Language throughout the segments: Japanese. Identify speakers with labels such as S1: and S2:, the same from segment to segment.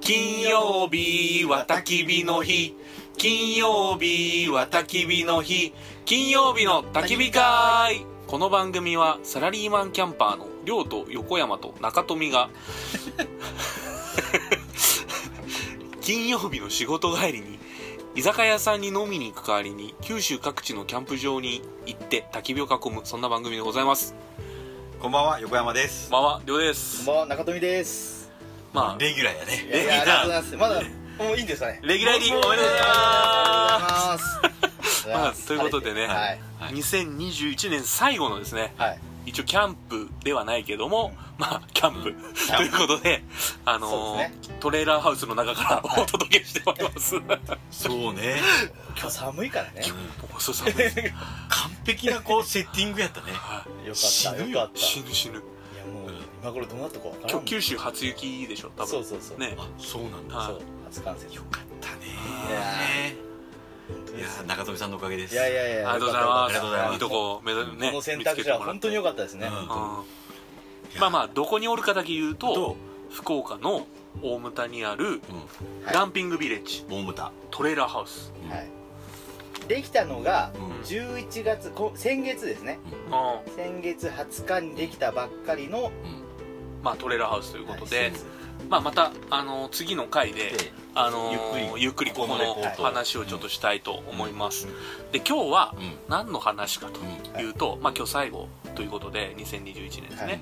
S1: 金曜日は焚き火の日金曜日は焚き火の日金曜日の焚き火会この番組はサラリーマンキャンパーの亮と横山と中富が 金曜日の仕事帰りに居酒屋さんに飲みに行く代わりに九州各地のキャンプ場に行って焚き火を囲むそんな番組でございます
S2: こんばんは、横山です。
S1: まわ亮で
S3: こん
S1: す
S3: ばんは中富です
S1: まあ
S2: レギュラーや
S3: い
S2: ね。
S3: やいやありがとうございますまだもういいんですかね
S1: レギュラー入りおめでとうございます
S3: ます
S1: まあということでね
S3: はい
S1: 2021年最後のですね
S3: はい
S1: 一応キャンプではないけども、まあキャンプ、 ということで、あのー
S3: そう
S1: トレーラーハウスの中からお届けしております。も
S2: そうね。
S3: 今日寒いからね
S1: うそうそうですよ
S2: 完璧なこう、セッティングやったね。
S3: よ
S2: 死
S3: かった
S2: ぬ
S3: よか
S2: よ
S3: った
S1: 死
S3: い
S1: ぬ死ぬ。
S3: やもう今頃どうなったかわからん
S1: 今日九州初雪でしょ、多分。
S3: そうそうそう
S1: ね。
S2: あ、そうなんだ。
S3: そ
S1: は
S3: う初感染
S2: よかったね。
S3: 本当
S2: い
S3: で
S2: や
S3: す
S2: ー、中富さんのおかげです。
S3: いやいやい
S1: い
S3: や
S1: ありがとうございます。
S2: ありがとうございます
S1: いいとこ目指ね
S3: この選
S1: 見つけ
S3: 択肢
S1: て
S3: は
S1: もらっ
S3: 本
S1: て
S3: 当に良かったですね
S2: うん
S1: うんまあまあどこにおるかだけ言うと
S2: と、
S1: 福岡の大牟田にある
S2: うん、
S3: はい
S1: ランピングビレッジ
S2: ボンブタ。
S1: トレーラーハウス。
S2: うん
S3: はいできたのが
S2: うん
S3: 11月こ先月ですね
S1: うん
S3: 先月20日にできたばっかりの
S2: うん
S1: まあトレーラーハウスということで、
S3: は
S1: まあまたあの次の回で。
S2: で、
S1: あのーゆ
S2: ゆ
S1: っ
S2: っ
S1: く
S2: く
S1: り
S2: り
S1: ここ
S2: ここ
S1: の
S2: のね
S1: 話をちょっとしたいと思います、で今日は
S2: うん。
S1: 何の話かと
S2: うん
S1: いうと、まあ、今日最後ということで2021年ですね、
S3: はい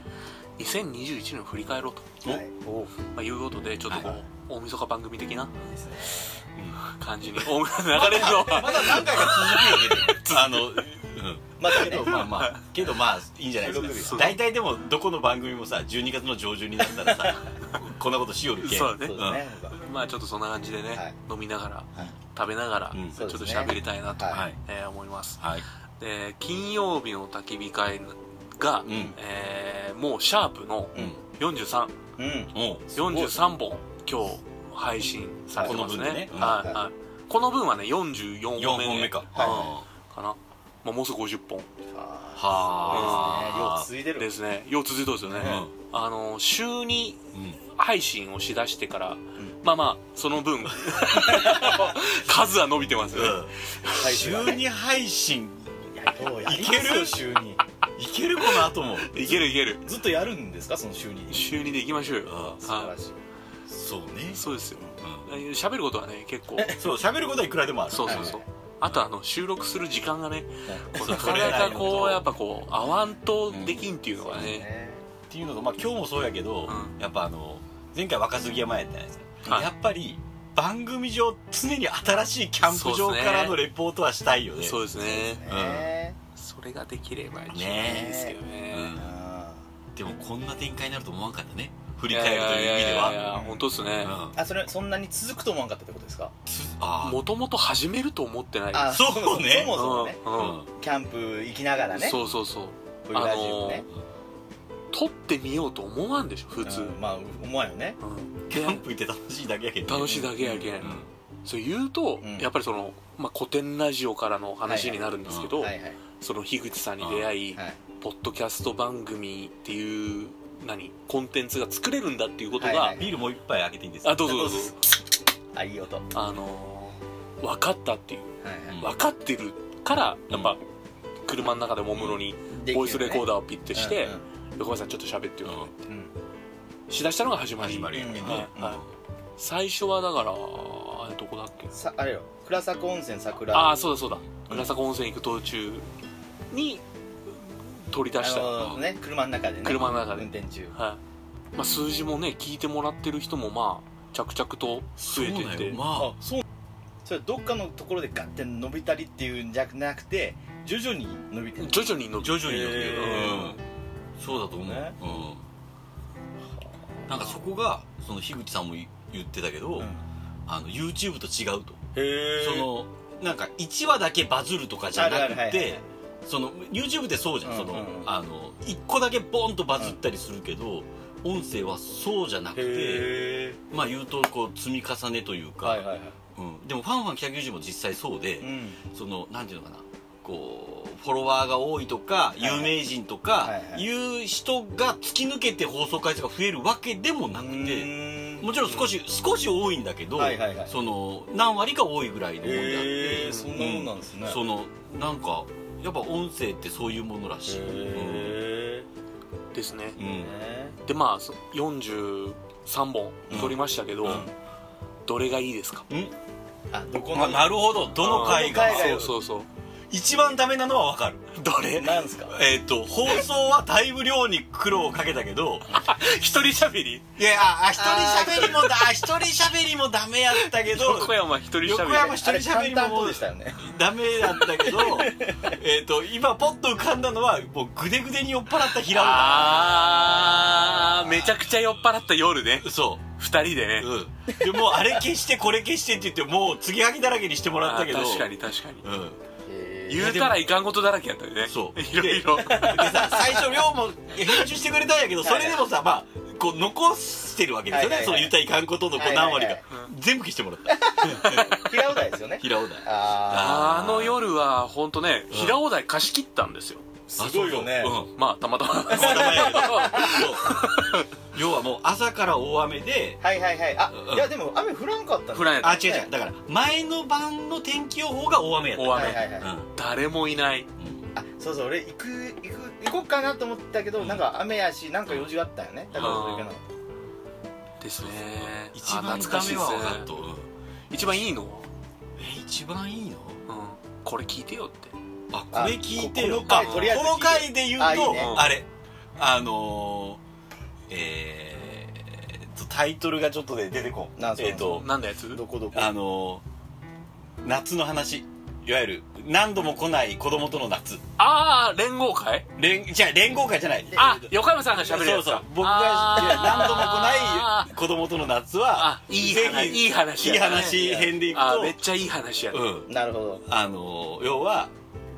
S1: 2021年を振り返ろうと、
S2: お
S3: はいお
S1: まあ、いうことでちょっとこう、
S2: はい
S1: 大晦日番組的な
S3: ですね
S1: 感じに大晦日流れる のは
S2: まだ何回か続 くよね。あの、うん。
S3: まあ
S2: け
S3: で
S2: ど
S3: も
S2: まあま あ、けどまあ、いいんじゃないです
S1: そう
S2: か。大体でも、どこの番組もさ、12月の上旬になったらさ、 こんなことしよるけん。
S1: そうだ
S3: そう
S1: ね
S3: ですね
S1: まあちょっとそんな感じでね、
S3: はい
S1: 飲みながら
S3: はい
S1: 食べながら、
S2: うん
S1: ちょっと喋りたいなと、
S3: そうですね
S2: はい。
S1: えー思います
S2: はい。
S1: で金曜日の焚き火会が、
S2: うん。
S1: えーもうシャープの
S2: うん。
S1: 43
S3: うん
S2: おう
S1: 43本今日配信されてますね
S2: この分でねうん
S1: はいはいこの分はね44
S2: 4
S1: 本目
S2: 本目か。
S3: は
S1: かな、まあ、もうすぐ50本
S3: は
S2: はあ。
S3: いいですね量続いてる
S1: ですねよう続いてますよね、あの週2
S2: うん。うん。
S1: 配信をしだしてから、まあまあその 分数は伸びてますよね、
S3: はい
S2: 週2配信
S3: いやようやります
S2: いける
S3: よ週に
S2: いけるこの後も
S1: いけるいける
S3: ずっとやるんですかその週に
S1: 週2でいきましょうよ
S2: あ
S3: 素晴らしい
S2: そうね
S1: そうですよ
S2: う
S1: 喋ることはね結構
S2: んそう喋ることはいくらでもある
S1: そう
S2: う
S1: そうそうあとあの収録する時間がね
S3: はい
S1: なかなかこうやっぱこう合わんとできんっていうのが
S3: そう
S1: ね、
S3: ですね
S2: っていうのとまあ今日もそうやけど
S1: うん
S2: やっぱあの前回若杉山やったじゃないです
S1: は
S2: か
S1: い
S2: やっぱり番組上常に新しいキャンプ場からのレポートはしたいよね
S1: そうですね
S3: ね
S1: それができれば一番
S2: ね
S1: いいですけどね
S2: うん
S3: あ
S2: でもこんな展開になると思わんかったね振
S1: い
S2: り返るという意味で
S1: やいやいや
S2: は
S1: 本当ですね
S2: うん
S3: ーあそれそんなに続くと思わなかったってことですか
S2: つあ
S1: もともと始めると思ってない
S3: あ
S2: そうね
S3: そもそもね
S1: う
S2: あ
S1: んうん
S3: キャンプ行きながらね
S1: そうそうそう
S3: こういうラジオね
S1: 撮ってみようと思わんでしょ普通、
S3: うんまあ思わんよね
S1: うん
S2: キャンプ行って楽しいだけやけどね
S1: 楽しいだけやけん、
S2: うん
S1: そう言うと、
S3: うん
S1: やっぱりその、まあ、古典ラジオからの話になるんですけど、
S3: はいはい
S1: その樋口さんに出会い、
S3: はい
S1: ポッドキャスト番組っていう何コンテンツが作れるんだっていうことが、
S3: はいはい
S2: ビールもう一杯あげていいんですか
S1: あどうぞどうぞ
S3: あいい音はい
S1: あのー分かったっていう
S3: はい
S1: 分かってるからやっぱ、
S2: う
S1: 車の中でもむろにボイスレコーダーをピッてして
S3: うん
S1: 「横山さんちょっと喋ってよ」
S2: うん
S3: うんうん
S1: しだしたのが始まり
S2: 始まりやけどね
S1: うんはい最初はだからあれどこだっけ
S3: さあれよ倉坂温泉桜
S1: ああそうだそうだ倉坂温泉行く途中に取り出した、
S3: あのね車の中でね
S1: 車の中で
S3: 運転中
S1: はいまあ、数字もね聞いてもらってる人もまあ着々と
S2: そ
S1: 増
S2: う
S1: えて
S2: な
S1: っ
S2: んよ
S1: て
S2: まあ
S3: あそうそれどっかのところでガッて伸びたりっていうんじゃなくて徐々に伸びてる
S1: 徐々に伸び
S2: 徐々に伸びる、
S3: へ
S2: うん、そうだと思う、
S3: ね
S2: うん、なんかそこがその樋口さんも言ってたけど、
S3: うん
S2: あの YouTube と違うと、
S3: へ
S2: そのなんか1話だけバズるとかじゃなくて、
S3: あるあるはいはい
S2: その YouTube ってそうじゃん,、
S3: うん
S2: その
S3: うん
S2: あの1個だけボンとバズったりするけど、音声はそうじゃなくて
S3: へ
S2: まあ言うとこう積み重ねという
S3: え
S2: か、
S3: はいはいはい
S2: うん、でも「ファンファン190」も実際そうで、
S3: うん
S2: そのなんていうのかなこうフォロワーが多いとか
S3: いはい
S2: 有名人と
S3: は
S2: か
S3: いはい
S2: いう人が突き抜けて放送回数が増えるわけでもなくて
S3: うーんうん
S2: もちろん少し少し多いんだけど、
S3: はいはいはい
S2: その何割か多いぐらいのもんであって
S3: へえそんなもんなんですね、
S2: そのなんかやっぱ音声ってそういうものらしい、
S3: へ
S1: ですね
S2: うんうん
S3: え
S1: でまあそ43本撮りましたけど、
S3: うん
S1: どれがいいですか
S3: あどこ
S2: まあ、
S3: の
S2: なるほどどの回が
S3: どの回が
S1: そうそうそう
S2: 一番ダメなのはわかる
S1: どれ
S3: なんですか
S2: えっ、と放送はだいぶ量に苦労をかけたけど
S1: 一人喋り
S2: いやああ一人喋りもだあ一人喋りもダメやったけど
S1: 横山一人喋り
S2: 横山一
S3: あ
S2: 人
S3: れ
S2: 喋
S3: 淡
S2: り
S3: 々
S2: も
S3: とでしたよね
S2: ダメだったけど えっと今ポッと浮かんだのはもうグデグデに酔っ払った平尾
S1: あーめちゃくちゃ酔っ払った夜ね
S2: だそ
S1: 二人でね
S2: う、うん、でもうあれ消してこれ消してって言ってもう継ぎはぎだらけにしてもらったけど
S1: あー確かに確かに
S2: うん
S1: 言うたらいかんことだらけやったよね
S2: そう
S1: いろいろ
S2: でさ最初亮も編集してくれたんやけどそれでもさまあこう残してるわけですよね、
S3: はいはいはい
S2: その言ったらいかんことのこ
S3: は
S2: う
S3: いはい
S2: 何
S3: はい
S2: 割か、全部消してもらった
S3: 平尾台ですよね
S2: 平尾だ
S3: あ
S1: あの夜は本当ね平尾台貸し切ったんですよ
S3: あすごいよね
S2: あそうそう
S1: まあたま たま
S2: うん名前やけどそう 要はもう朝から大雨で
S3: はいはいはいあ
S2: うん
S3: いやでも雨降らんかったね
S1: フラン
S2: あ違う違うだから前の晩の天気予報が大雨やった
S1: 大
S3: はい
S1: 雨
S3: はいはい、
S2: うん
S1: 誰もいない
S3: あそうそう俺行く行く行こっかなと思ったけどなんか雨やしなんか用事があったよねだからそれ行かなかっ
S1: ですね
S2: 一番
S1: あ懐かしいです
S2: ダ
S1: ね
S2: メは分かっとうん
S1: 一番いいの、
S2: え一番いいの
S1: うん、これ聞いてよって
S2: あこれ聞いてよ
S3: あここの回
S2: あ
S3: とりあえず聞いて
S2: この回で言うとあ
S3: あいいね
S2: れあのー、えーとタイトルがちょっとで出てこん
S3: なんすか
S2: えーと
S1: 何のやつ
S3: たどこどこ
S2: あのー、夏の話いわゆる何度も来ない子供との夏
S1: ああ連合会
S2: 連じゃあ連合会じゃない
S1: あ横山さんが喋る
S2: そ
S1: や
S2: う
S1: つ
S2: そ
S1: か
S2: う僕が
S1: あー
S2: いや何度も来ない子供との夏は
S1: あいい話
S2: ぜひ
S1: いい話
S2: いい
S1: やね
S2: 話編でいく
S1: あーめっ
S2: と
S1: ちゃいい話やね、
S2: うん
S3: なるほど
S2: あの要は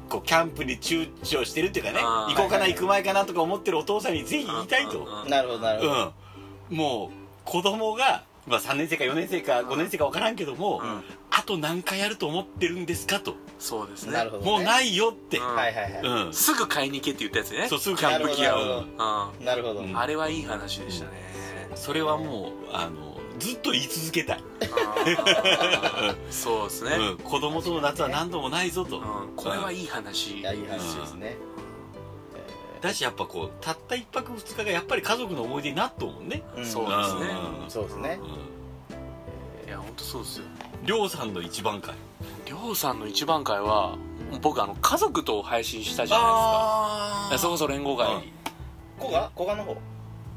S2: こうキャンプに躊躇してるっていうかね
S1: あー
S2: 行こうかな
S3: はいはいはい
S2: 行く前かなとか思ってるお父さんにぜひ言いたいと
S1: うんうんうん
S3: なるほどなるほど、
S2: うんもう子供がまあ、3年生か4年生か5年生か分からんけども、
S1: うん
S2: あと何回やると思ってるんですかと
S1: そうですね
S3: なるほど、ね、
S2: もうないよって、
S1: うん
S3: はいはいはい、
S2: うん
S1: すぐ買いに行けって言ったやつね
S2: そうすぐ
S1: キャンプギア
S3: なるほ
S1: を
S3: ど、
S1: う
S3: なるほど、
S2: うん
S1: ん、あれはいい話でしたね、
S2: それはもうあのずっと言い続けたい、
S1: あーそうですね、
S2: うん、子供との夏は何度もないぞと、
S1: うんこれはいい話
S3: いやいい話ですね、え
S2: だしやっぱこうたった1泊2日がやっぱり家族の思い出になっと思うね、
S3: ーん
S1: そうですね
S2: うん
S3: そうですね
S2: う、ん
S1: いや本当そうですよ
S2: りょうさんの一番会
S1: りょうさんの一番会は僕あの家族と配信したじゃないですか
S2: あ
S1: いやそれこそ連合会、
S2: うん
S3: こがこがの方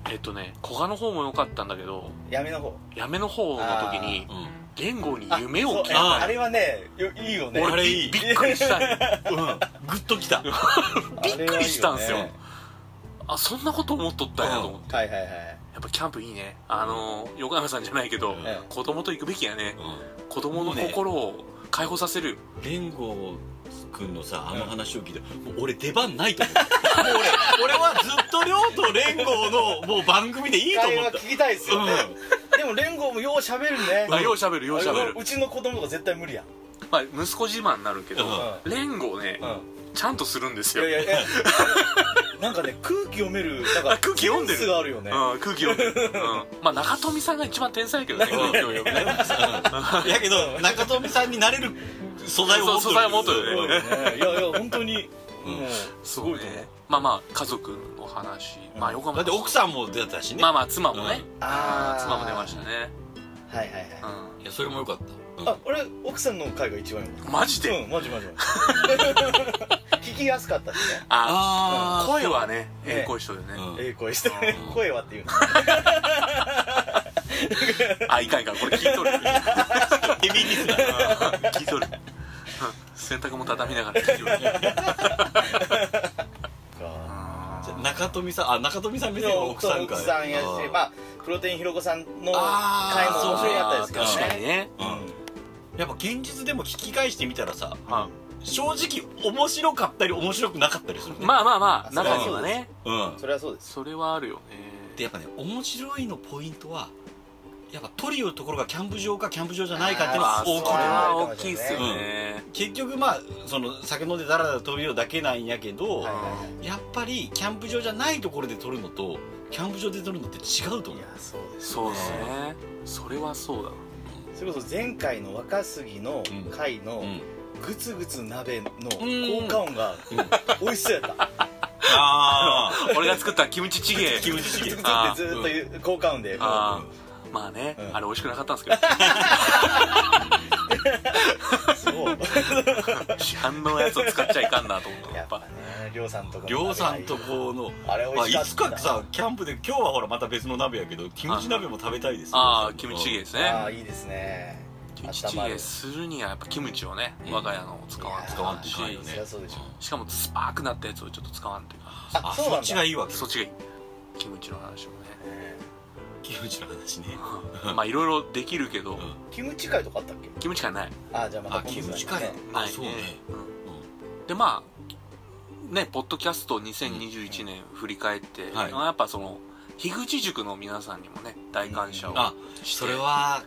S1: えっとね古賀の方も良かったんだけど
S3: 闇の方
S1: やめの方の時に
S2: うん
S1: 連合に夢を聞い
S3: あそう
S2: あ
S1: た
S2: ー
S3: えあれはねよいいよね
S2: 俺あれい
S1: び
S2: い
S1: びっくりした よ
S2: うんグッときた
S1: びっくりしたんすよ
S3: あれはいい
S1: あそんなこと思っとったんやと思って、
S3: ねはいはいはい
S1: やっぱキャンプいいねあのー横山さんじゃないけど、
S2: うん
S3: え
S1: 子供と行くべきやね子供の心を解放させるよ
S2: 連合君のさあの話を聞いて、もう俺出番ないと 思ったもう俺俺はずっと亮と連合のもう番組でいい
S3: え
S2: と
S3: 会
S2: 思
S3: 話
S2: っ
S3: 聞きたいですよね、でも連合もようしゃべるね
S1: あようしゃべるようしゃべる
S3: うちの子供とか絶対無理やん
S1: まあ、息子自慢になるけど、
S3: う
S1: 連合ね、
S3: ん、うん
S1: ちゃんとするんです
S3: い
S1: よ
S3: やいやいや なんかね空気読めるなんか
S1: あ空気読んでる
S3: センスがあるよね、
S1: うん、空気読んでる、うん、まあ中富さんが一番天才やけど ね
S2: うん
S1: 空気読むね
S2: うんやけど中富さんになれる素材を持っ
S1: そう素
S2: とる
S1: 材を持っとるね
S3: すごいねいやいや本当に、
S2: うん
S3: もう
S1: すごいねまあまあ家族の話、まあ横
S2: だ
S1: 山
S2: って奥さんも出たしね、
S1: まあまあ妻もね、
S3: ん
S1: あ
S3: あー
S1: ー妻も出ましたね、
S3: はいはいはい、
S1: う
S2: いやそれもよかった、うん
S3: あ俺奥さんの会が一番よかっ
S1: ん、マジ
S3: た
S1: で、
S3: うんマジマジマジ 聞きやすかったしね
S1: あ
S2: あー
S1: 声はね
S3: ね
S1: ええ声しとるよね、
S2: うん
S3: ええ声して
S1: う
S3: 声はっていうの
S1: あいかんいかんこれ聞いとる
S2: ヘビーリスナー
S1: 聞いとるうん洗濯も畳みながら聞い とる
S3: か
S2: じゃあ中富さんあ中富さん目線は奥さんか
S3: 奥さんやし
S2: うん
S3: まあプロテインひろこさんの会も
S2: あー
S3: 面白いやったですけどね
S1: 確かにね
S2: うんやっぱ現実でも聞き返してみたらさ
S1: ま
S2: 正直面白かったり面白くなかったりする
S1: あ
S2: ね、
S1: まあまあまあ
S3: あそれは
S1: 中にはね
S2: うん
S3: それはそうです
S1: それはあるよ
S2: で
S1: ね
S2: やっぱね面白いのポイントはやっぱ取り寄るところがキャンプ場かキャンプ場じゃないかっていうの
S1: あー
S2: は大きいと
S1: そ
S2: 思
S1: れ
S2: う
S1: は大きいっすよね、
S2: 結局まあその酒飲んでダラダラ取り寄るだけなんやけど、
S3: はいはいは
S2: やっぱりキャンプ場じゃないところで取るのとキャンプ場で取るのって違うと
S3: い
S2: 思
S3: いうやそうです
S1: そうだねそれはそうだ
S3: それこそ前回の若杉の回の
S2: うん
S3: グツグツ鍋の効果音が美味しそうやった
S2: ああ
S1: 俺が作ったキムチ チゲ
S2: キムチチ
S3: グ
S2: ゲ
S3: ツグツってずっと言う効果音で
S1: あーまあね、
S3: うん
S1: あれ美味しくなかったんですけど
S3: そう
S1: 市販のやつを使っちゃいかんなと思った
S3: や
S1: や
S3: っ
S1: っ ぱ
S3: ぱねりょうさんとか
S2: 量産とこの
S3: あれ美
S2: まあ、
S3: 味
S2: い
S3: しかった
S2: つかさキャンプで今日はほらまた別の鍋やけどキムチ鍋も食べたいですよ
S1: ああキムチチゲです
S3: あ
S1: ね
S3: あいいですね
S1: キムチチゲするにはやっぱキムチをね、
S2: うん
S1: 我が家のを使わんと
S2: 使わんといかんよ
S3: いやーそりゃそうでしょ
S1: しかもスパーくなったやつをちょっと使わんというか
S2: あ
S3: そうなん
S2: そ
S3: だ
S2: っちがいいわけ
S1: そっちがいいキムチの話もね
S2: キムチの話ね
S1: まあいろいろできるけど、
S2: うん
S3: キムチ会とかあったっけ
S1: キムチがない
S3: あじゃあまた
S2: あキムチ会
S1: な
S2: あ
S1: い
S2: そうね
S1: うんでまあねポッドキャスト2021年振り返って、
S2: はい
S1: まあやっぱその樋口塾の皆さんにもね大感謝を
S2: あ
S1: して、
S2: それは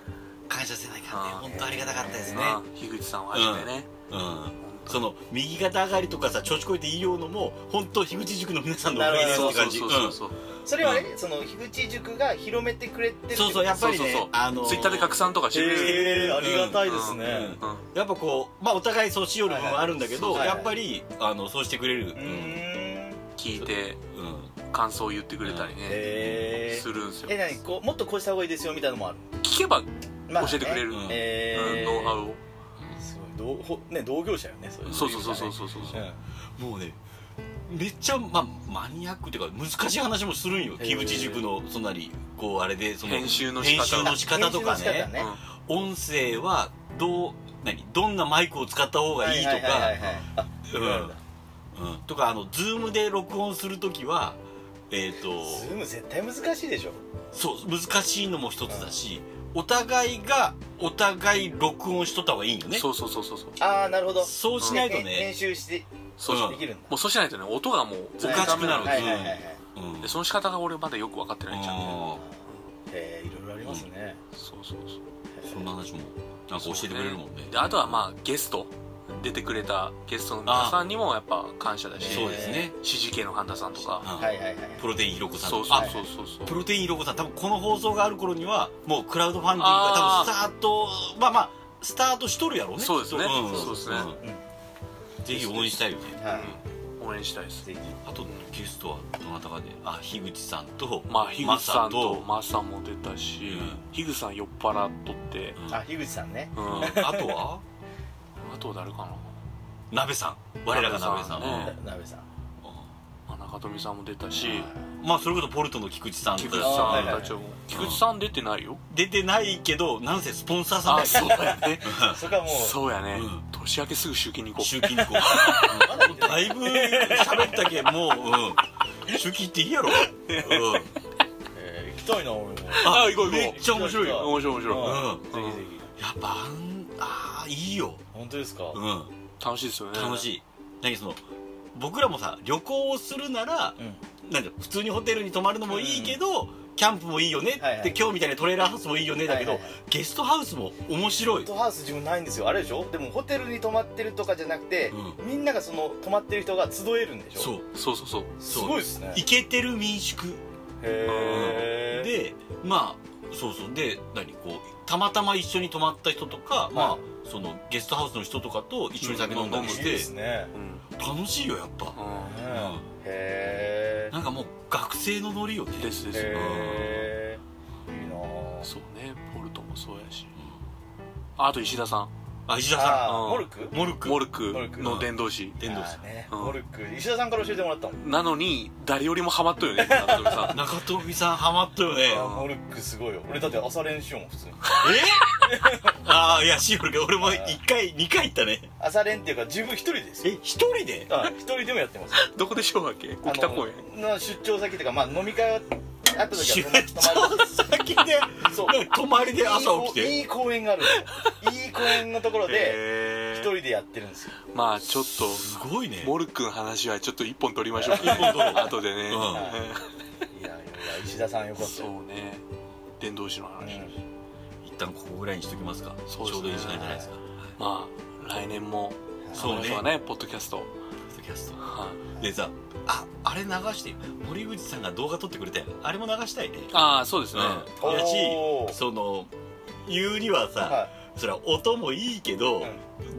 S2: 感謝せないかんね
S1: あー
S2: 本当ありがたかったですね
S1: まあ樋口さんをはじめね、
S2: うん
S1: 本当
S2: その右肩上がりとかさ調子こいていいようのも本当樋口塾の皆さんのおかげです
S1: そ
S2: っ
S1: う
S2: て
S1: そ
S2: 感
S1: う
S2: じ
S1: そううんそうそう、
S3: それはねその樋口塾が広めてくれてる
S2: そうそうやっぱりね
S1: そうそうそう
S2: あの
S1: ツイッターで拡散とかしてくれる、
S3: ええありがたいですね、
S2: うん
S1: うん
S2: やっぱこうまあお互いそうしよる部分はあるんだけど
S3: はいはい
S2: やっぱりあのそうしてくれる
S3: うーん
S1: 聞いて
S2: うんうん
S1: 感想を言ってくれたりね、
S3: え
S1: するんですよ
S3: え何こうもっとこうした方がいいですよみたいなのもある、
S1: 聞けば、
S3: まあね
S1: 教えてくれる、
S2: うん
S3: えー
S1: うんノウハウを、
S3: すごいどうほね同業者よねそれ
S1: そうそうそうそうそうそう、
S3: ん
S2: もうねめっちゃ、まあ、マニアックっていうか難しい話もするんよ
S3: へー
S2: 木口塾のそんなにこうあれでその
S1: 編集の仕方
S2: 編集の仕方とか
S3: 編集の仕
S2: ね
S3: 方ね
S2: 音声はどう何どんなマイクを使った方がいいと
S3: はは
S2: か
S3: は、いはいあ
S2: うん
S3: なんだ
S2: うん、とかあのズームで録音する時はえっ、と
S3: ズーム絶対難しいでしょ
S2: そう難しいのも一つだしお互いがお互い録音しとった方がいいんよね
S1: そうそうそうそうそう
S3: ああなるほど
S2: そうしないと
S3: へ編
S2: ね、
S3: 集して
S1: そう
S2: うん
S3: できるんだ
S1: もうそうしないとね音がもう
S2: おかしくなる
S3: はいはいはいはい
S2: うん
S1: でその仕方が俺まだよく分かってないじゃん
S2: あ
S3: えーいろいろありますね
S1: そうそうそう
S2: ーそんな話もなんか教えてくれるもんね
S1: であとはまあゲスト出てくれたゲストの皆さんにもやっぱ感謝だし
S2: そうですね、
S1: 指示系の半田さんとか
S2: うん
S3: はいはいはい
S2: プロテインひろこさん
S1: そう
S2: あ
S1: そうそうそう
S2: プ
S1: そう
S2: ロテインひろこさん多分この放送がある頃にはもうクラウドファンディングが
S1: あ
S2: 多
S1: ー
S2: 分スタートまあまあスタートしとるやろうね
S1: そうですね
S2: きっと
S1: そうですね
S2: うんぜひ応援したいよね
S3: は
S1: 応援したいです
S3: いぜひ
S2: あとゲストはどなたかであ樋口さんと
S1: まあ樋口さんと
S2: マ
S1: マサも出たし
S2: うん
S1: 樋口さん酔っ払っとって
S2: サとうん
S3: あ樋口さんね
S1: うんあ
S2: あとは
S1: と誰かな
S2: 鍋さ ん我らが鍋さ
S1: 鍋
S2: ん
S1: さん
S3: な
S1: ね
S3: 鍋さん
S1: まあ中富さんも出たし
S3: は
S2: まあそれこそポルトの菊池さん
S1: 菊
S2: と
S1: 池
S3: あ
S1: さ
S3: は
S1: ん
S3: いはい
S1: たちも菊池さん出てないよ
S2: 出てないけどなんせスポンサーさん
S1: あ
S2: だし
S1: そうやね
S3: いそれからもう
S1: そうやね
S2: うん
S1: 年明けすぐ集金に行こう
S2: 集金にこう
S3: まだ言ってない
S2: だいぶ喋ったけんもう、うん、集金っていいやろ、うん
S3: えー行きたいな俺も
S1: あ行こう行こう
S2: めっちゃ面白いよ、
S1: 面白い面白い
S2: うん、
S3: うんぜひぜひ
S2: やっぱあんあーいいよ、
S3: 本当ですか
S2: うん、
S1: 楽しいですよね
S2: 楽
S1: い
S2: しい何その僕らもさ旅行をするなら
S3: うん
S2: なんだ普通にホテルに泊まるのもいいけど、キャンプもいいよね、
S3: はいはい
S2: で今日みたいなトレーラーハウスもいいよねだけど、
S3: はいはいはい
S2: ゲストハウスも面白い
S3: ホテルハウス自分ないんですよあれでしょでもホテルに泊まってるとかじゃなくて、みんながその泊まってる人が集えるんでしょ
S2: そうう
S1: そうそうそう
S3: すごいですね
S2: イケてる民宿
S3: へえ
S2: でまあそうそうで何こうたまたま一緒に泊まった人とか、ま
S3: は
S2: あそのゲストハウスの人とかと一緒に酒飲んだりし
S3: いい
S2: て、
S3: ですね
S1: うん
S2: 楽しいよやっぱ、
S1: う
S3: へえ
S2: なんかもう学生のノリよね
S1: んですですよ
S3: へえいいなぁ
S1: そうねポルトもそうやしあと石田さん
S2: あ石田さ
S3: あ
S1: う
S3: ー
S1: ん
S3: モルク
S2: んモルク
S1: モ
S2: ル
S1: ルク
S3: モルク
S1: の伝道師
S2: 天童さ
S3: あーね
S1: うん
S3: モルク石田さんから教えてもらったもん
S1: なのに誰よりもハマったよね中富さ
S2: ん
S1: ん
S2: 中富さんハマったよね
S3: いやモルクすごいよ俺だって朝練しようもん普通に
S2: え ああいやしおるけど俺も1回2回行ったね
S3: 朝練っていうか自分一人ですよ
S2: え一人で
S3: あ一人でもやってます
S1: どこでしょうわけ
S3: あ
S1: 沖田公園
S3: のな出張先っていうかまあ飲み会あった時
S2: 出
S3: は泊ま
S2: 張先で
S3: るそう
S2: 泊まりで朝起き
S3: いい
S2: て
S3: いい公園があるのよいい公園のところで
S2: へ
S3: 一
S2: ー
S3: 人でやってるんですよ
S1: まあちょっ
S2: す
S1: と
S2: ごいね
S1: モルクの話はちょっと一本取りましょうかね
S2: 一本取ろう
S1: 後でね
S2: うん
S3: いやいや石田さんよかった
S1: そ
S3: よ
S1: うね伝道師の話、
S2: 一旦ここぐらいにしときますか
S1: そうですね
S2: ちょうどいい時間じゃないですか
S1: まあ来年も
S2: そうね
S1: あの人はねポッドキャスト、
S2: ポッドキャスト
S1: はい
S2: でさああれ流してよ森口さんが動画撮ってくれたよねあれも流したいね
S1: ああそうですね、
S2: うんや
S3: おー
S2: しその言うにはさ、
S3: は
S2: それは音もいいけど、
S3: う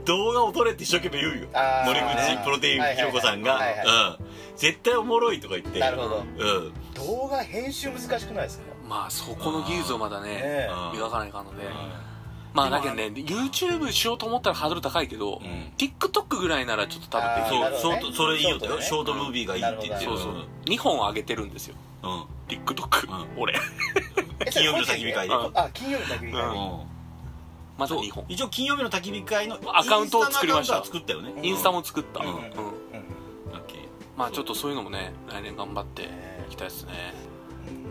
S2: 動画を撮れって一生懸命言うよ
S3: あー
S2: 森口プロテインひろこさんが、
S3: はいはいはい
S2: うん、絶対おもろいとか言って
S3: いなるほど
S2: うん
S3: 動画編集難しくないですか
S1: まあそこの技術をまだね
S3: ねえ
S2: うん
S1: 磨かないかんので、
S2: う
S1: まあだけどね YouTube しようと思ったらハードル高いけど、
S2: ん
S1: TikTok ぐらいならちょっと多分でき
S3: あー
S1: る
S3: なる
S2: そ
S3: ほ
S2: う、
S3: どね
S2: そうそれいいよだよシ
S3: シ
S2: ョ
S3: ョ
S2: ートムービーがいいって言ってる
S1: そうそう2本上げてるんですよ
S2: うん
S1: TikTok、
S2: う
S1: 俺
S3: えそ
S2: 金
S3: れ
S2: 曜日の焚き火会で、
S1: うん
S3: あ金曜日だけみたいな
S1: うんまだ2本
S2: 一応金曜日の焚き火会の
S1: アカウントを作りました
S2: インスタのアカウントは作ったよね
S1: インスタも作った、
S2: うん
S1: うん
S3: うん
S2: オッケー
S1: まあちょっとそういうのもね来年頑張っていきたいですね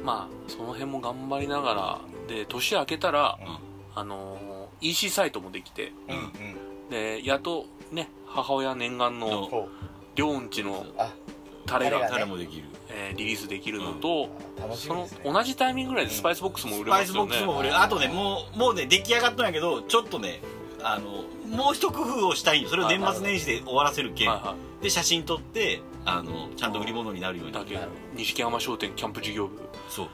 S1: まあその辺も頑張りながらで年明けたら、
S2: うん
S1: あのー EC サイトもできて
S3: うんうん
S1: でやっとね母親念願
S2: の
S1: の
S3: こう
S1: 両んちの
S3: あ
S1: タレ
S3: タレ
S1: が
S3: が、
S2: 誰もできる
S1: えーリリースできるのと、
S3: 楽し
S1: そ
S3: みで
S1: の
S3: すね
S1: 同じタイミングぐらいでスパイスボックスも売
S2: ス
S1: れ
S2: パ
S1: ま
S2: イス
S1: す
S2: ボ
S1: よ
S2: ックス
S1: ね
S2: も俺あとねもうもうね出来上がったんやけどちょっとねあのもう一工夫をしたいんよそれを年末年始で終わらせるけん
S1: はいは
S2: で写真撮ってあのちゃんと売り物になるよう
S1: い
S2: に
S1: だけど錦山商店キャンプ事業部
S2: そう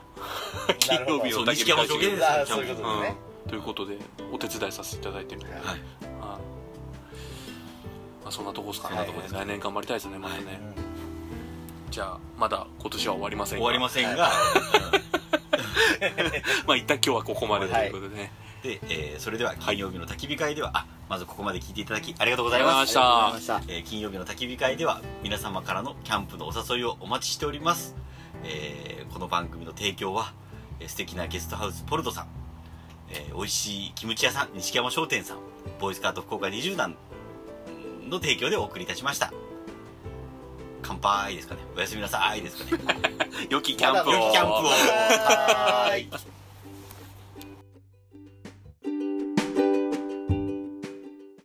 S1: 金曜日
S3: なるほど
S2: そう
S1: をだけ
S2: 錦山商店
S3: あーそういうことですね
S1: うん、ということでお手伝いさせていただいてるはい、
S2: はい
S1: まあ、そんなとこですかね、
S3: そんなとこ
S2: です
S1: 来年頑張りたいですねまだね、
S3: うん
S1: じゃあまだ今年は終わりません
S2: 終
S1: が
S2: わりませんが
S1: まあ一旦今日はここまでと
S3: はい
S1: いうことでね、
S2: でえーそれでは金曜日の焚き火会ではあまずここまで聞いていただきありがとうござい
S1: ありがとうござい
S2: ま
S1: まし
S2: す
S1: た
S3: ありがとうございまし
S2: えー金曜日の焚き火会では皆様からのキャンプのお誘いをお待ちしております、えーこの番組の提供は、えー素敵なゲストハウスポルトさん、えー美味しいキムチ屋さん錦山商店さんボーイスカート福岡20段うんの提供でお送りいたしました 乾杯ですかねおやすみなさいですかね
S1: 良きキャンプを
S2: 良きキャンプを
S3: たはーい